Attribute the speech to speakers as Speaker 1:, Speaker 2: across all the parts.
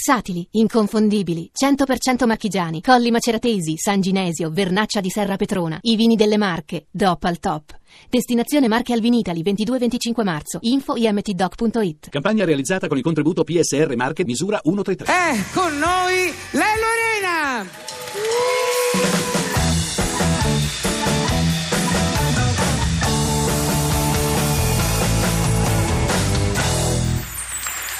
Speaker 1: Versatili, inconfondibili, 100% marchigiani, Colli Maceratesi, San Ginesio, Vernaccia di Serra Petrona, i vini delle Marche, DOP al top. Destinazione Marche al Vinitali, 22-25 marzo, info imtdoc.it.
Speaker 2: Campagna realizzata con il contributo PSR Marche misura 133.
Speaker 3: È con noi la Lorena!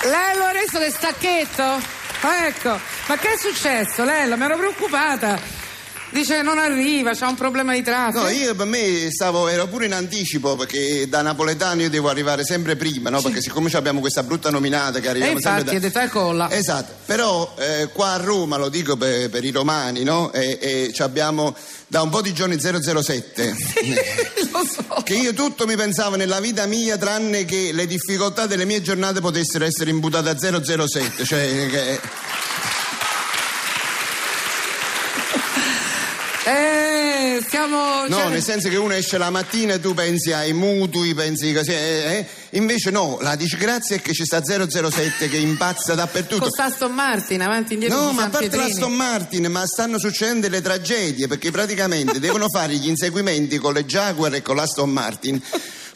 Speaker 3: Lello ha reso le stacchetto? Ah, Ecco, ma che è successo Lello? Mi ero preoccupata. Dice non arriva, c'è un problema di traffico.
Speaker 4: No, io per me stavo, ero pure in anticipo perché da napoletano io devo arrivare sempre prima, no? Perché siccome ci abbiamo questa brutta nominata che
Speaker 3: e
Speaker 4: arriviamo
Speaker 3: Eh, infatti
Speaker 4: sempre
Speaker 3: è
Speaker 4: da...
Speaker 3: detto è colla.
Speaker 4: Esatto, però eh, qua a Roma, lo dico per, per i romani, no? E, e ci abbiamo da un po' di giorni 007.
Speaker 3: Lo so.
Speaker 4: che io tutto mi pensavo nella vita mia tranne che le difficoltà delle mie giornate potessero essere imbutate a 007, cioè che-
Speaker 3: Eh, stiamo...
Speaker 4: No,
Speaker 3: cioè-
Speaker 4: nel senso che uno esce la mattina e tu pensi ai mutui, pensi così, eh, eh. invece no, la disgrazia è che ci sta 007 che impazza dappertutto.
Speaker 3: Con sta Aston Martin avanti e indietro
Speaker 4: No,
Speaker 3: con
Speaker 4: ma a
Speaker 3: San
Speaker 4: parte
Speaker 3: Pietrini.
Speaker 4: l'Aston Martin, ma stanno succedendo le tragedie perché praticamente devono fare gli inseguimenti con le Jaguar e con l'Aston Martin.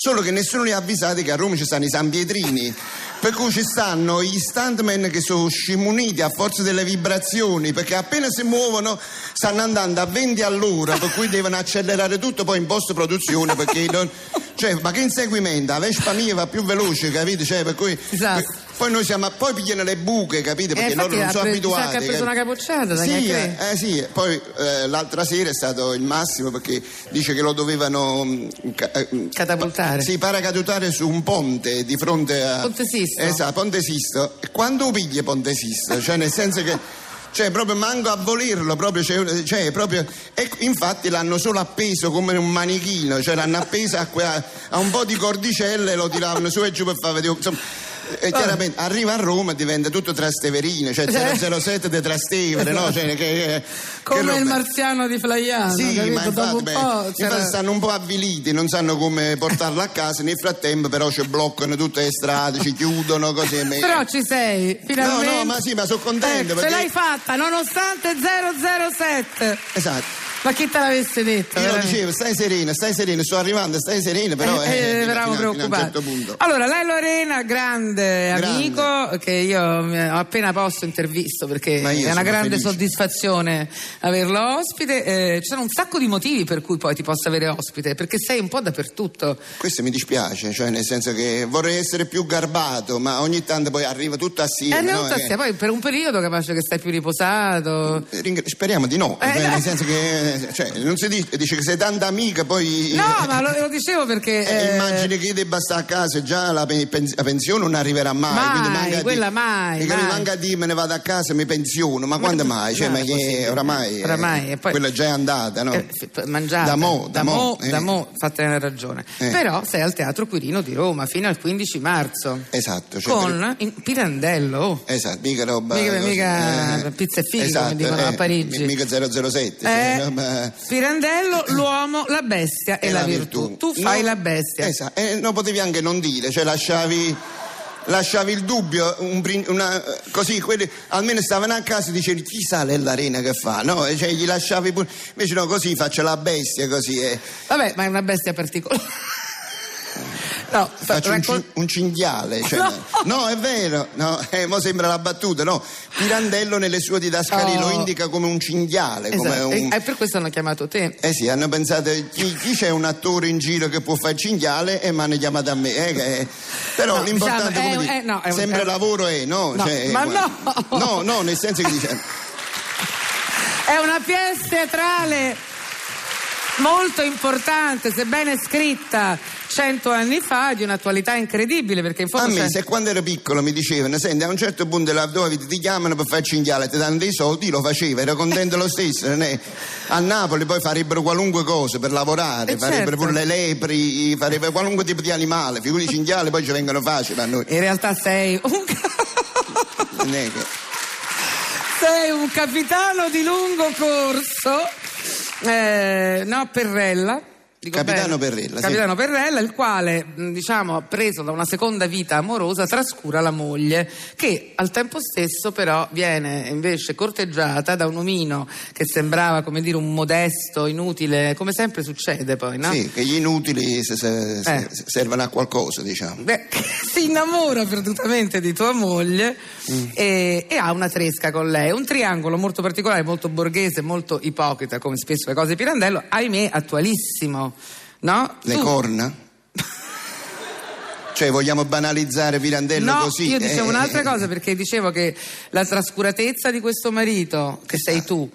Speaker 4: Solo che nessuno li ha avvisati che a Roma ci stanno i San Pietrini. Per cui ci stanno gli stuntman che sono scimuniti a forza delle vibrazioni, perché appena si muovono stanno andando a 20 all'ora, per cui devono accelerare tutto poi in post produzione, perché non- Cioè, ma che inseguimento? La Vespa mia va più veloce, capite? Cioè, per cui...
Speaker 3: Esatto.
Speaker 4: Poi noi siamo... a- Poi pigliano le buche, capite?
Speaker 3: Eh,
Speaker 4: Perché loro
Speaker 3: infatti
Speaker 4: non
Speaker 3: ha
Speaker 4: sono
Speaker 3: pre- mi sa
Speaker 4: abituati.
Speaker 3: che ha preso
Speaker 4: capite?
Speaker 3: una capocciata da
Speaker 4: Sì,
Speaker 3: Gnacchè.
Speaker 4: eh, sì, poi eh, l'altra sera è stato il massimo perché dice che lo dovevano mh, ca- eh, mh,
Speaker 3: Catapultare.
Speaker 4: pa- sì, paracadutare su un ponte di fronte a
Speaker 3: Ponte Sisto.
Speaker 4: Esatto, Ponte Sisto. E Quando piglia Ponte Sisto? Cioè nel senso che cioè proprio manco a volerlo, proprio c'è un- cioè, proprio e infatti l'hanno solo appeso come un manichino, cioè l'hanno appeso a, que- a un po' di cordicelle e lo tiravano su e giù per far vedere insomma
Speaker 3: Ah.
Speaker 4: e chiaramente arriva a Roma e diventa tutto trasteverino, cioè 007 di Trastevere, no? Cioè, che- che- che
Speaker 3: Come
Speaker 4: roba.
Speaker 3: il marziano di Flaiano,
Speaker 4: Sì,
Speaker 3: Ah, capito?
Speaker 4: ma
Speaker 3: Dopo
Speaker 4: infatti,
Speaker 3: un
Speaker 4: beh,
Speaker 3: po' c'era-
Speaker 4: infatti stanno un po' avviliti, non sanno come portarla a casa. Nel frattempo, però, ci bloccano tutte le strade, ci chiudono così. e me-
Speaker 3: Però ci sei, finalmente.
Speaker 4: no, ma sì, ma sono contento,
Speaker 3: Eh, Ce
Speaker 4: perché-
Speaker 3: l'hai fatta, nonostante 007.
Speaker 4: Esatto.
Speaker 3: Ma chi te l'avesse detto?
Speaker 4: Io lo
Speaker 3: veramente?
Speaker 4: dicevo, stai serena, stai serena, sto arrivando, stai serena, però.
Speaker 3: Eh,
Speaker 4: eh,
Speaker 3: eh, Ah.
Speaker 4: fino-
Speaker 3: eravamo
Speaker 4: fino- fino a un
Speaker 3: preoccupati.
Speaker 4: certo punto.
Speaker 3: Allora, Lello Arena, grande,
Speaker 4: Grande.
Speaker 3: amico, che io mi- ho appena posto intervisto perché
Speaker 4: Ma io
Speaker 3: è una
Speaker 4: sono
Speaker 3: grande
Speaker 4: felice.
Speaker 3: soddisfazione averlo ospite. Eh, ci sono un sacco di motivi per cui poi ti posso avere ospite, perché sei un po' dappertutto.
Speaker 4: Questo mi dispiace, cioè nel senso che vorrei essere più garbato, ma ogni tanto poi arriva tutto
Speaker 3: E
Speaker 4: assieme.
Speaker 3: eh,
Speaker 4: no?
Speaker 3: non so
Speaker 4: Eh,
Speaker 3: se- poi per un periodo capace che stai più riposato.
Speaker 4: ringra- eh, Speriamo di no,
Speaker 3: Eh,
Speaker 4: cioè,
Speaker 3: no.
Speaker 4: nel senso che eh, cioè, non si dice, dice che sei tanta amica, poi
Speaker 3: No, ma lo, lo dicevo perché.
Speaker 4: Eh,
Speaker 3: eh,
Speaker 4: immagini che io debba stare a casa e già la, pe- pen- la pensione non arriverà mai.
Speaker 3: Mai,
Speaker 4: quindi manca di-
Speaker 3: quella mai,
Speaker 4: e quindi
Speaker 3: mai.
Speaker 4: manca di me ne vado a casa e mi pensiono, ma, quando mai? Cioè,
Speaker 3: no,
Speaker 4: ma
Speaker 3: è
Speaker 4: che
Speaker 3: possibile.
Speaker 4: oramai, eh,
Speaker 3: Oramai, e poi-
Speaker 4: quella è già è andata, no?
Speaker 3: eh, f- mangiata
Speaker 4: Da mo, da mo, eh.
Speaker 3: da mo, fatene ragione
Speaker 4: Eh.
Speaker 3: però sei al Teatro Quirino di Roma fino al 15 marzo
Speaker 4: Esatto, cioè, per-
Speaker 3: con in- Pirandello oh.
Speaker 4: Esatto, mica roba.
Speaker 3: Mica-
Speaker 4: così,
Speaker 3: mica pizza e figli, come dicono a Parigi.
Speaker 4: mi- Mica 007.
Speaker 3: Eh,
Speaker 4: cioè, roba-
Speaker 3: Pirandello,
Speaker 4: Eh.
Speaker 3: l'uomo, la bestia e, la, virtù. Tu fai
Speaker 4: No,
Speaker 3: la bestia.
Speaker 4: Esatto, e non potevi anche non dire, cioè lasciavi. lasciavi il dubbio, un prin- una- così, quelli, almeno stavano a casa e dicevi chissà l'arena che fa, no? E Cioè, gli lasciavi pure. Invece no, così faccio la bestia, così. eh.
Speaker 3: Vabbè, ma è una bestia particolare. no, fa-
Speaker 4: Faccio un,
Speaker 3: raccol-
Speaker 4: cin- un cinghiale. cioè,
Speaker 3: No.
Speaker 4: no. è vero, no, eh, mo sembra la battuta, no? Pirandello nelle sue didascalie
Speaker 3: Oh.
Speaker 4: lo indica come un cinghiale,
Speaker 3: Esatto,
Speaker 4: eh, come un.
Speaker 3: e- e per questo hanno chiamato te.
Speaker 4: Eh sì, hanno pensato chi, chi c'è un attore in giro che può fare cinghiale e mi hanno chiamato a me. eh, che- Però
Speaker 3: No,
Speaker 4: l'importante
Speaker 3: diciamo,
Speaker 4: come
Speaker 3: è-
Speaker 4: dire,
Speaker 3: è- no, è un-
Speaker 4: sempre
Speaker 3: è-
Speaker 4: lavoro è, no?
Speaker 3: No,
Speaker 4: Cioè,
Speaker 3: ma
Speaker 4: guarda-
Speaker 3: no!
Speaker 4: No, no, nel senso che dice.
Speaker 3: È una pièce teatrale molto importante, sebbene scritta cento anni fa, di un'attualità incredibile, perché in
Speaker 4: A
Speaker 3: fondo
Speaker 4: me,
Speaker 3: c'è-
Speaker 4: se quando ero piccolo mi dicevano, senti, a un certo punto la David ti chiamano per fare cinghiale, ti danno dei soldi, io lo facevo, ero contento lo stesso. non è- A Napoli poi farebbero qualunque cosa per lavorare,
Speaker 3: Eh,
Speaker 4: farebbero
Speaker 3: certo.
Speaker 4: pure le lepri, farebbero qualunque tipo di animale, figuri cinghiale poi ci vengono facili a noi.
Speaker 3: in realtà sei un... ca-
Speaker 4: Non è che-
Speaker 3: sei un capitano di lungo corso, eh, no, Perrella. Dico
Speaker 4: Capitano Perrella, sì.
Speaker 3: Capitano Perrella, il quale, mh, diciamo, preso da una seconda vita amorosa, trascura la moglie, che al tempo stesso però viene invece corteggiata da un omino che sembrava, come dire, un modesto, inutile, come sempre succede poi, no?
Speaker 4: Sì, che gli inutili se- se- se-
Speaker 3: Eh.
Speaker 4: se- servono a qualcosa, diciamo.
Speaker 3: Beh, si innamora perdutamente di tua moglie
Speaker 4: Mm.
Speaker 3: e, e ha una tresca con lei, un triangolo molto particolare, molto borghese, molto ipocrita, come spesso le cose di Pirandello, ahimè attualissimo, no?
Speaker 4: Le
Speaker 3: Tu-
Speaker 4: corna? cioè, vogliamo banalizzare Pirandello
Speaker 3: No,
Speaker 4: così?
Speaker 3: io
Speaker 4: Eh,
Speaker 3: dicevo
Speaker 4: eh,
Speaker 3: un'altra
Speaker 4: eh,
Speaker 3: cosa perché dicevo che la trascuratezza di questo marito, che sei tu,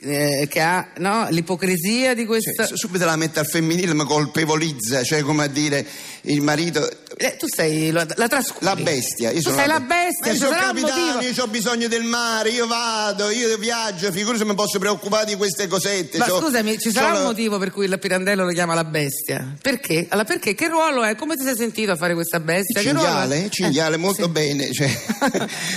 Speaker 3: eh, che ha no, l'ipocrisia di
Speaker 4: cioè,
Speaker 3: questa...
Speaker 4: su- subito la mette al femminile, mi colpevolizza, cioè come a dire il marito.
Speaker 3: Eh, tu sei la, la trascuri.
Speaker 4: La bestia, io
Speaker 3: Tu
Speaker 4: sono
Speaker 3: sei la
Speaker 4: be-
Speaker 3: bestia,
Speaker 4: Ma
Speaker 3: ci
Speaker 4: io sono
Speaker 3: sarà un motivo.
Speaker 4: capitano, io ho bisogno del mare, io vado, io viaggio, figurati se mi posso preoccupare di queste cosette.
Speaker 3: Ma
Speaker 4: so-
Speaker 3: scusami, ci sarà
Speaker 4: sono-
Speaker 3: un motivo per cui il Pirandello lo chiama la bestia? Perché? Allora perché? Che ruolo è? Come ti sei sentito a fare questa bestia? Che ruolo è?
Speaker 4: Cinghiale, cinghiale,
Speaker 3: Eh,
Speaker 4: molto
Speaker 3: sì.
Speaker 4: bene. cioè,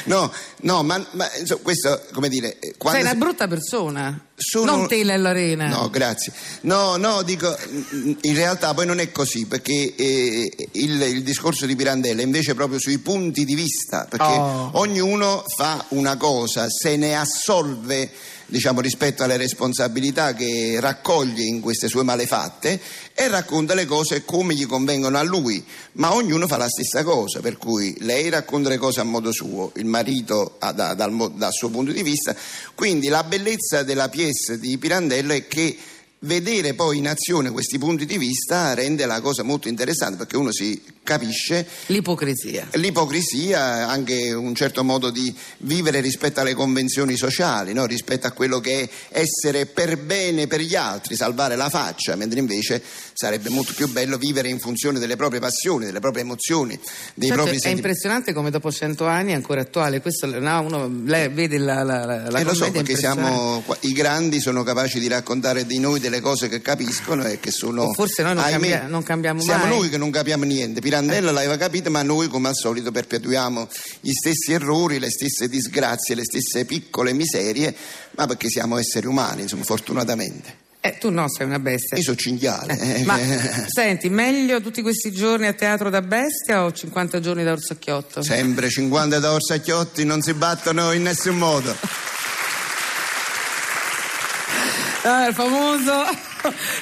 Speaker 4: no, no, ma, ma, insomma, questo, come dire, eh, quando
Speaker 3: Sei
Speaker 4: si-
Speaker 3: una brutta persona.
Speaker 4: Sono-
Speaker 3: Non te nell'arena.
Speaker 4: No, grazie. No, no, dico, mm, in realtà poi non è così, perché eh, il, il discorso di Pirandello è invece proprio sui punti di vista, perché
Speaker 3: Oh.
Speaker 4: ognuno fa una cosa, se ne assolve diciamo rispetto alle responsabilità che raccoglie in queste sue malefatte e racconta le cose come gli convengono a lui, ma ognuno fa la stessa cosa, per cui lei racconta le cose a modo suo, il marito a- da- dal, mo- dal suo punto di vista, quindi la bellezza della pièce di Pirandello è che vedere poi in azione questi punti di vista rende la cosa molto interessante perché uno si capisce
Speaker 3: L'ipocrisia.
Speaker 4: L'ipocrisia, anche un certo modo di vivere rispetto alle convenzioni sociali, no? rispetto a quello che è essere per bene per gli altri, salvare la faccia, mentre invece sarebbe molto più bello vivere in funzione delle proprie passioni, delle proprie emozioni, dei
Speaker 3: Certo,
Speaker 4: propri
Speaker 3: è
Speaker 4: sentimenti.
Speaker 3: impressionante come dopo cento anni è ancora attuale. Questo, no, uno lei vede la, la, la, la
Speaker 4: e Eh, lo so
Speaker 3: commedia
Speaker 4: perché
Speaker 3: impressionante.
Speaker 4: siamo qua- i grandi sono capaci di raccontare di noi delle cose che capiscono e che sono
Speaker 3: O forse noi non
Speaker 4: ahimè,
Speaker 3: cambia- non cambiamo
Speaker 4: siamo
Speaker 3: mai. Eh.
Speaker 4: noi che non capiamo niente Pirandello l'aveva capito ma noi come al solito perpetuiamo gli stessi errori le stesse disgrazie le stesse piccole miserie ma perché siamo esseri umani insomma fortunatamente
Speaker 3: Eh, tu no, sei una bestia.
Speaker 4: io sono cinghiale eh.
Speaker 3: Ma senti, meglio tutti questi giorni a teatro da bestia o 50 giorni da orsacchiotto?
Speaker 4: sempre 50 da orsacchiotti non si battono in nessun modo
Speaker 3: Eh, Ah, il famoso.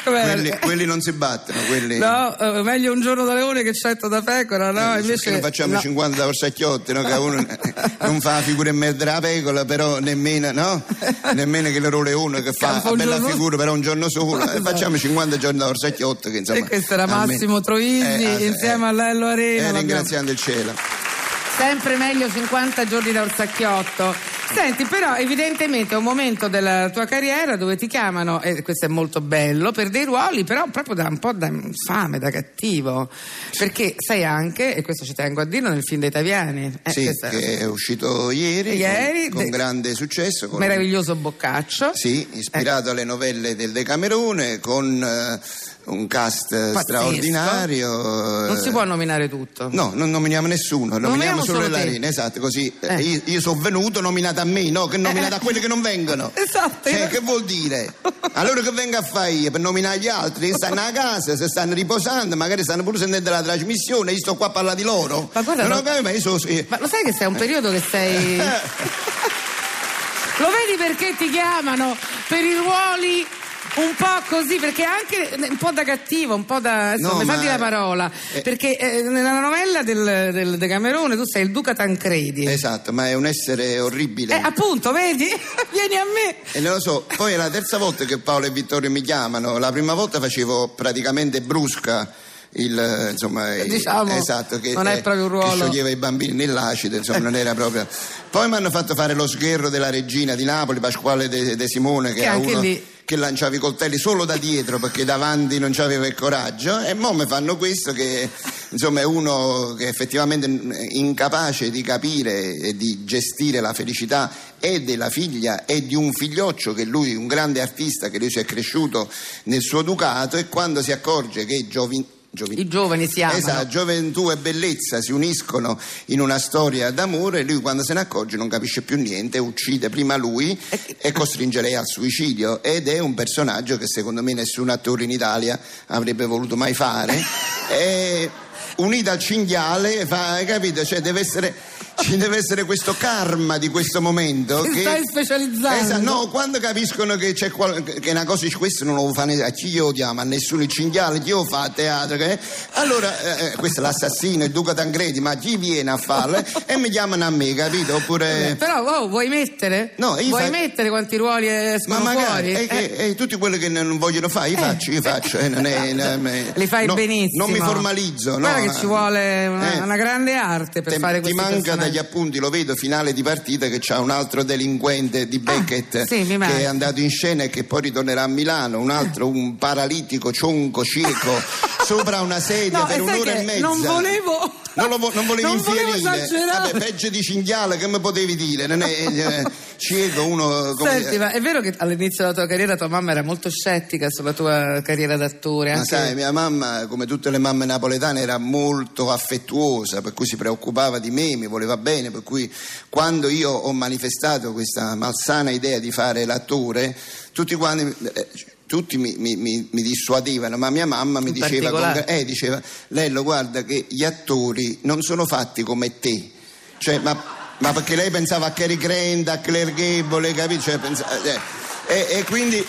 Speaker 3: Com'era?
Speaker 4: quelli, quelli non si battono quelli
Speaker 3: eh. No, eh, meglio un giorno da leone che cento da pecora, no?
Speaker 4: Perché
Speaker 3: Ah, Invece
Speaker 4: non facciamo
Speaker 3: no.
Speaker 4: 50 da orsacchiotti, no? che uno non fa la figura in mezzo alla pecola, però nemmeno, no? nemmeno che l'errore è uno che fa
Speaker 3: Fa un
Speaker 4: una bella
Speaker 3: giorno- Esatto.
Speaker 4: figura, però un giorno solo. Eh, Facciamo 50 giorni da orsacchiotti. Che, insomma,
Speaker 3: E questo era
Speaker 4: almeno-
Speaker 3: Massimo Troisi
Speaker 4: Eh, eh,
Speaker 3: insieme a Lello
Speaker 4: eh,
Speaker 3: Arena. l'abbiamo-
Speaker 4: ringraziando il cielo.
Speaker 3: Sempre meglio 50 giorni da orsacchiotto. Senti, però evidentemente è un momento della tua carriera dove ti chiamano, e questo è molto bello, per dei ruoli però proprio da un po' da infame, da cattivo. Perché sai anche, e questo ci tengo a dirlo, nel film dei Taviani. eh,
Speaker 4: Sì,
Speaker 3: questa-
Speaker 4: che è uscito ieri,
Speaker 3: Ieri,
Speaker 4: con, con
Speaker 3: de-
Speaker 4: grande successo. con-
Speaker 3: Meraviglioso Eh. Boccaccio.
Speaker 4: Sì, ispirato alle novelle del Decamerone con eh, un cast straordinario.
Speaker 3: Non si
Speaker 4: eh,
Speaker 3: può nominare tutto.
Speaker 4: No, non nominiamo nessuno, nominiamo,
Speaker 3: Nominiamo
Speaker 4: solo,
Speaker 3: solo te.
Speaker 4: Larina, esatto, così eh,
Speaker 3: Eh.
Speaker 4: io, sono venuto nominato a me, no, che nominato a quelli che non vengono.
Speaker 3: Esatto,
Speaker 4: Cioè,
Speaker 3: io-
Speaker 4: che vuol dire? Allora che venga a fare io per nominare gli altri, che stanno a casa, se stanno riposando, magari stanno pure sentendo la trasmissione, io sto qua a parlare di loro.
Speaker 3: Ma guarda,
Speaker 4: non
Speaker 3: no-
Speaker 4: ho capito, ma io sono- eh,
Speaker 3: Ma lo sai che sei un periodo che sei. lo vedi perché ti chiamano per i ruoli un po' così, perché anche un po' da cattivo, un po' da. Insomma,
Speaker 4: No, ma-
Speaker 3: fatti la parola.
Speaker 4: Eh.
Speaker 3: Perché eh, nella novella del, del Decamerone tu sei il Duca Tancredi.
Speaker 4: Esatto, ma è un essere orribile.
Speaker 3: Eh, appunto, vedi? Vieni a me.
Speaker 4: E non lo so, poi è la terza volta che Paolo e Vittorio mi chiamano. La prima volta facevo praticamente brusca. Il, eh, insomma, eh,
Speaker 3: Diciamo,
Speaker 4: esatto, che,
Speaker 3: non è
Speaker 4: eh,
Speaker 3: proprio un ruolo.
Speaker 4: che scioglieva i bambini nell'acido, insomma, non era proprio. Poi mi hanno fatto fare lo sgherro della regina di Napoli, Pasquale De, De Simone, che,
Speaker 3: Che
Speaker 4: era
Speaker 3: anche
Speaker 4: uno
Speaker 3: lì-
Speaker 4: che lanciava i coltelli solo da dietro perché davanti non c'aveva il coraggio. E mo mi fanno questo che insomma è uno che effettivamente è incapace di capire e di gestire la felicità e della figlia e di un figlioccio che lui, un grande artista, che lui si è cresciuto nel suo ducato e quando si accorge che giovin- gioventù.
Speaker 3: I giovani si amano.
Speaker 4: Esatto, gioventù e bellezza si uniscono in una storia d'amore e lui quando se ne accorge non capisce più niente, uccide prima lui e costringe lei al suicidio ed è un personaggio che secondo me nessun attore in Italia avrebbe voluto mai fare. E unita al cinghiale, fa, hai capito? Cioè deve essere, ci deve essere questo karma di questo momento.
Speaker 3: Ti
Speaker 4: che-
Speaker 3: stai specializzando.
Speaker 4: Esa- no, quando capiscono che c'è qual- che una cosa di questo non lo fa ne- a chi io odiamo, a nessuno il cinghiale, chi lo fa a teatro, che- allora eh, eh, questo è l'assassino, il duca Tancredi, ma chi viene a farlo? eh? e mi chiamano a me, capito? Oppure...
Speaker 3: Però oh, vuoi mettere?
Speaker 4: eh. No, io
Speaker 3: vuoi
Speaker 4: fa-
Speaker 3: mettere quanti ruoli
Speaker 4: Ma
Speaker 3: escono
Speaker 4: magari,
Speaker 3: fuori? Eh.
Speaker 4: e che- e tutti quelli che non vogliono fare, io faccio, io faccio. eh, non è- non è-
Speaker 3: Li fai
Speaker 4: no,
Speaker 3: benissimo.
Speaker 4: Non mi formalizzo. no,
Speaker 3: Guarda
Speaker 4: no.
Speaker 3: che ci vuole una,
Speaker 4: Eh.
Speaker 3: una grande arte per
Speaker 4: Te-
Speaker 3: fare
Speaker 4: ti
Speaker 3: questi
Speaker 4: manca
Speaker 3: personaggi.
Speaker 4: dagli appunti, lo vedo, finale di partita che c'ha un altro delinquente di Beckett
Speaker 3: Ah, sì, mi manca.
Speaker 4: che è andato in scena e che poi ritornerà a Milano, un altro, un paralitico, cionco, cieco, sopra una sedia
Speaker 3: No,
Speaker 4: per
Speaker 3: e sai
Speaker 4: un'ora
Speaker 3: che
Speaker 4: e mezza.
Speaker 3: Non volevo.
Speaker 4: Non, lo vo- non volevi
Speaker 3: non volevo
Speaker 4: infierire,
Speaker 3: esagerare.
Speaker 4: Vabbè, peggio di cinghiale, che mi potevi dire? Non è, eh, cieco, uno come
Speaker 3: Senti, ma è vero che all'inizio della tua carriera tua mamma era molto scettica sulla tua carriera d'attore?
Speaker 4: Ma
Speaker 3: anche-
Speaker 4: sai, mia mamma, come tutte le mamme napoletane, era molto affettuosa, per cui si preoccupava di me, mi voleva bene, per cui quando io ho manifestato questa malsana idea di fare l'attore, tutti quanti... eh, tutti mi, mi- mi- mi dissuadevano, ma mia mamma mi
Speaker 3: In
Speaker 4: diceva,
Speaker 3: particolare?
Speaker 4: eh, diceva, Lello guarda che gli attori non sono fatti come te, Cioè, ma, ma perché lei pensava a Cary Grant, a Claire Gable, capito? Cioè, pensa- eh, e- e quindi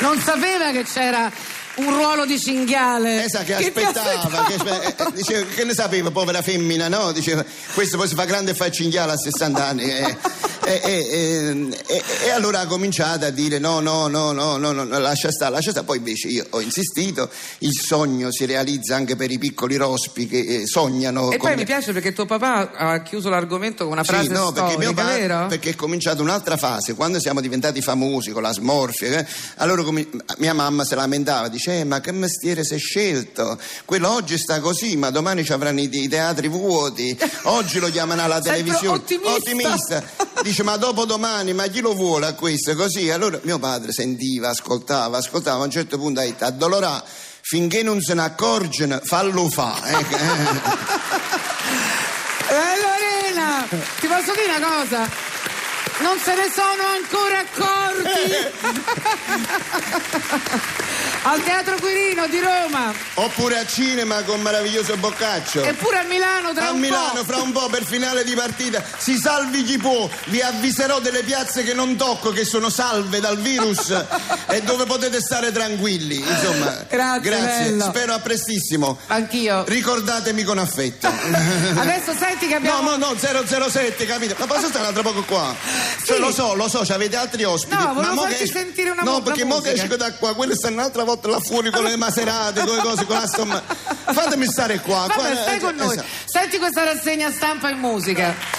Speaker 3: Non sapeva che c'era un ruolo di cinghiale.
Speaker 4: Esatto, che,
Speaker 3: Eh, ti
Speaker 4: aspettava, che, aspe- eh, diceva, che ne sapeva, povera femmina, no? Diceva, questo poi si fa grande e fa il cinghiale a 60 anni. eh. E, e- e- e- e allora ha cominciato a dire no, no, no, no, no, no, no, lascia stare, lascia stare. Poi invece io ho insistito, il sogno si realizza anche per i piccoli rospi che eh, sognano.
Speaker 3: E
Speaker 4: con-
Speaker 3: poi mi piace perché tuo papà ha chiuso l'argomento con una frase
Speaker 4: sì, no, perché
Speaker 3: storica,
Speaker 4: mio padre-
Speaker 3: vero?
Speaker 4: perché è cominciata un'altra fase, quando siamo diventati famosi con la smorfia, eh, allora comi- mia mamma si lamentava, dice, "Eh, ma che mestiere sei scelto? Quello oggi sta così, ma domani ci avranno i, i teatri vuoti, oggi lo chiamano alla
Speaker 3: Sempre
Speaker 4: televisione.
Speaker 3: ottimista.
Speaker 4: Dice, ma dopo domani, ma chi lo vuole a questo? Così, allora mio padre sentiva, ascoltava, ascoltava, a un certo punto ha detto, addolorà, finché non se ne accorgono, fallo fa. eh."
Speaker 3: Eh, Lorena, ti posso dire una cosa? Non se ne sono ancora accorti! al Teatro Quirino di Roma,
Speaker 4: Oppure a cinema con meraviglioso Boccaccio.
Speaker 3: eppure a Milano tra
Speaker 4: Eh. a
Speaker 3: un
Speaker 4: Milano
Speaker 3: po'.
Speaker 4: fra un po' per finale di partita si salvi chi può vi avviserò delle piazze che non tocco che sono salve dal virus e dove potete stare tranquilli insomma
Speaker 3: Grazie, Lello.
Speaker 4: spero a prestissimo
Speaker 3: Anch'io.
Speaker 4: ricordatemi con affetto
Speaker 3: Adesso senti che
Speaker 4: no
Speaker 3: abbiamo.
Speaker 4: no no 007 capito ma posso stare un altro poco qua Cioè,
Speaker 3: Sì.
Speaker 4: lo so lo so cioè, avete altri ospiti
Speaker 3: No,
Speaker 4: ma
Speaker 3: volevo
Speaker 4: mo che
Speaker 3: farti
Speaker 4: esco-
Speaker 3: sentire una mu-
Speaker 4: no
Speaker 3: la
Speaker 4: perché mo che
Speaker 3: musica.
Speaker 4: esco da qua quelli stanno un'altra volta là fuori con le maserate con le cose con la stomma fatemi stare qua
Speaker 3: Vabbè,
Speaker 4: qua-
Speaker 3: stai con noi.
Speaker 4: Esatto.
Speaker 3: Senti questa rassegna stampa e musica.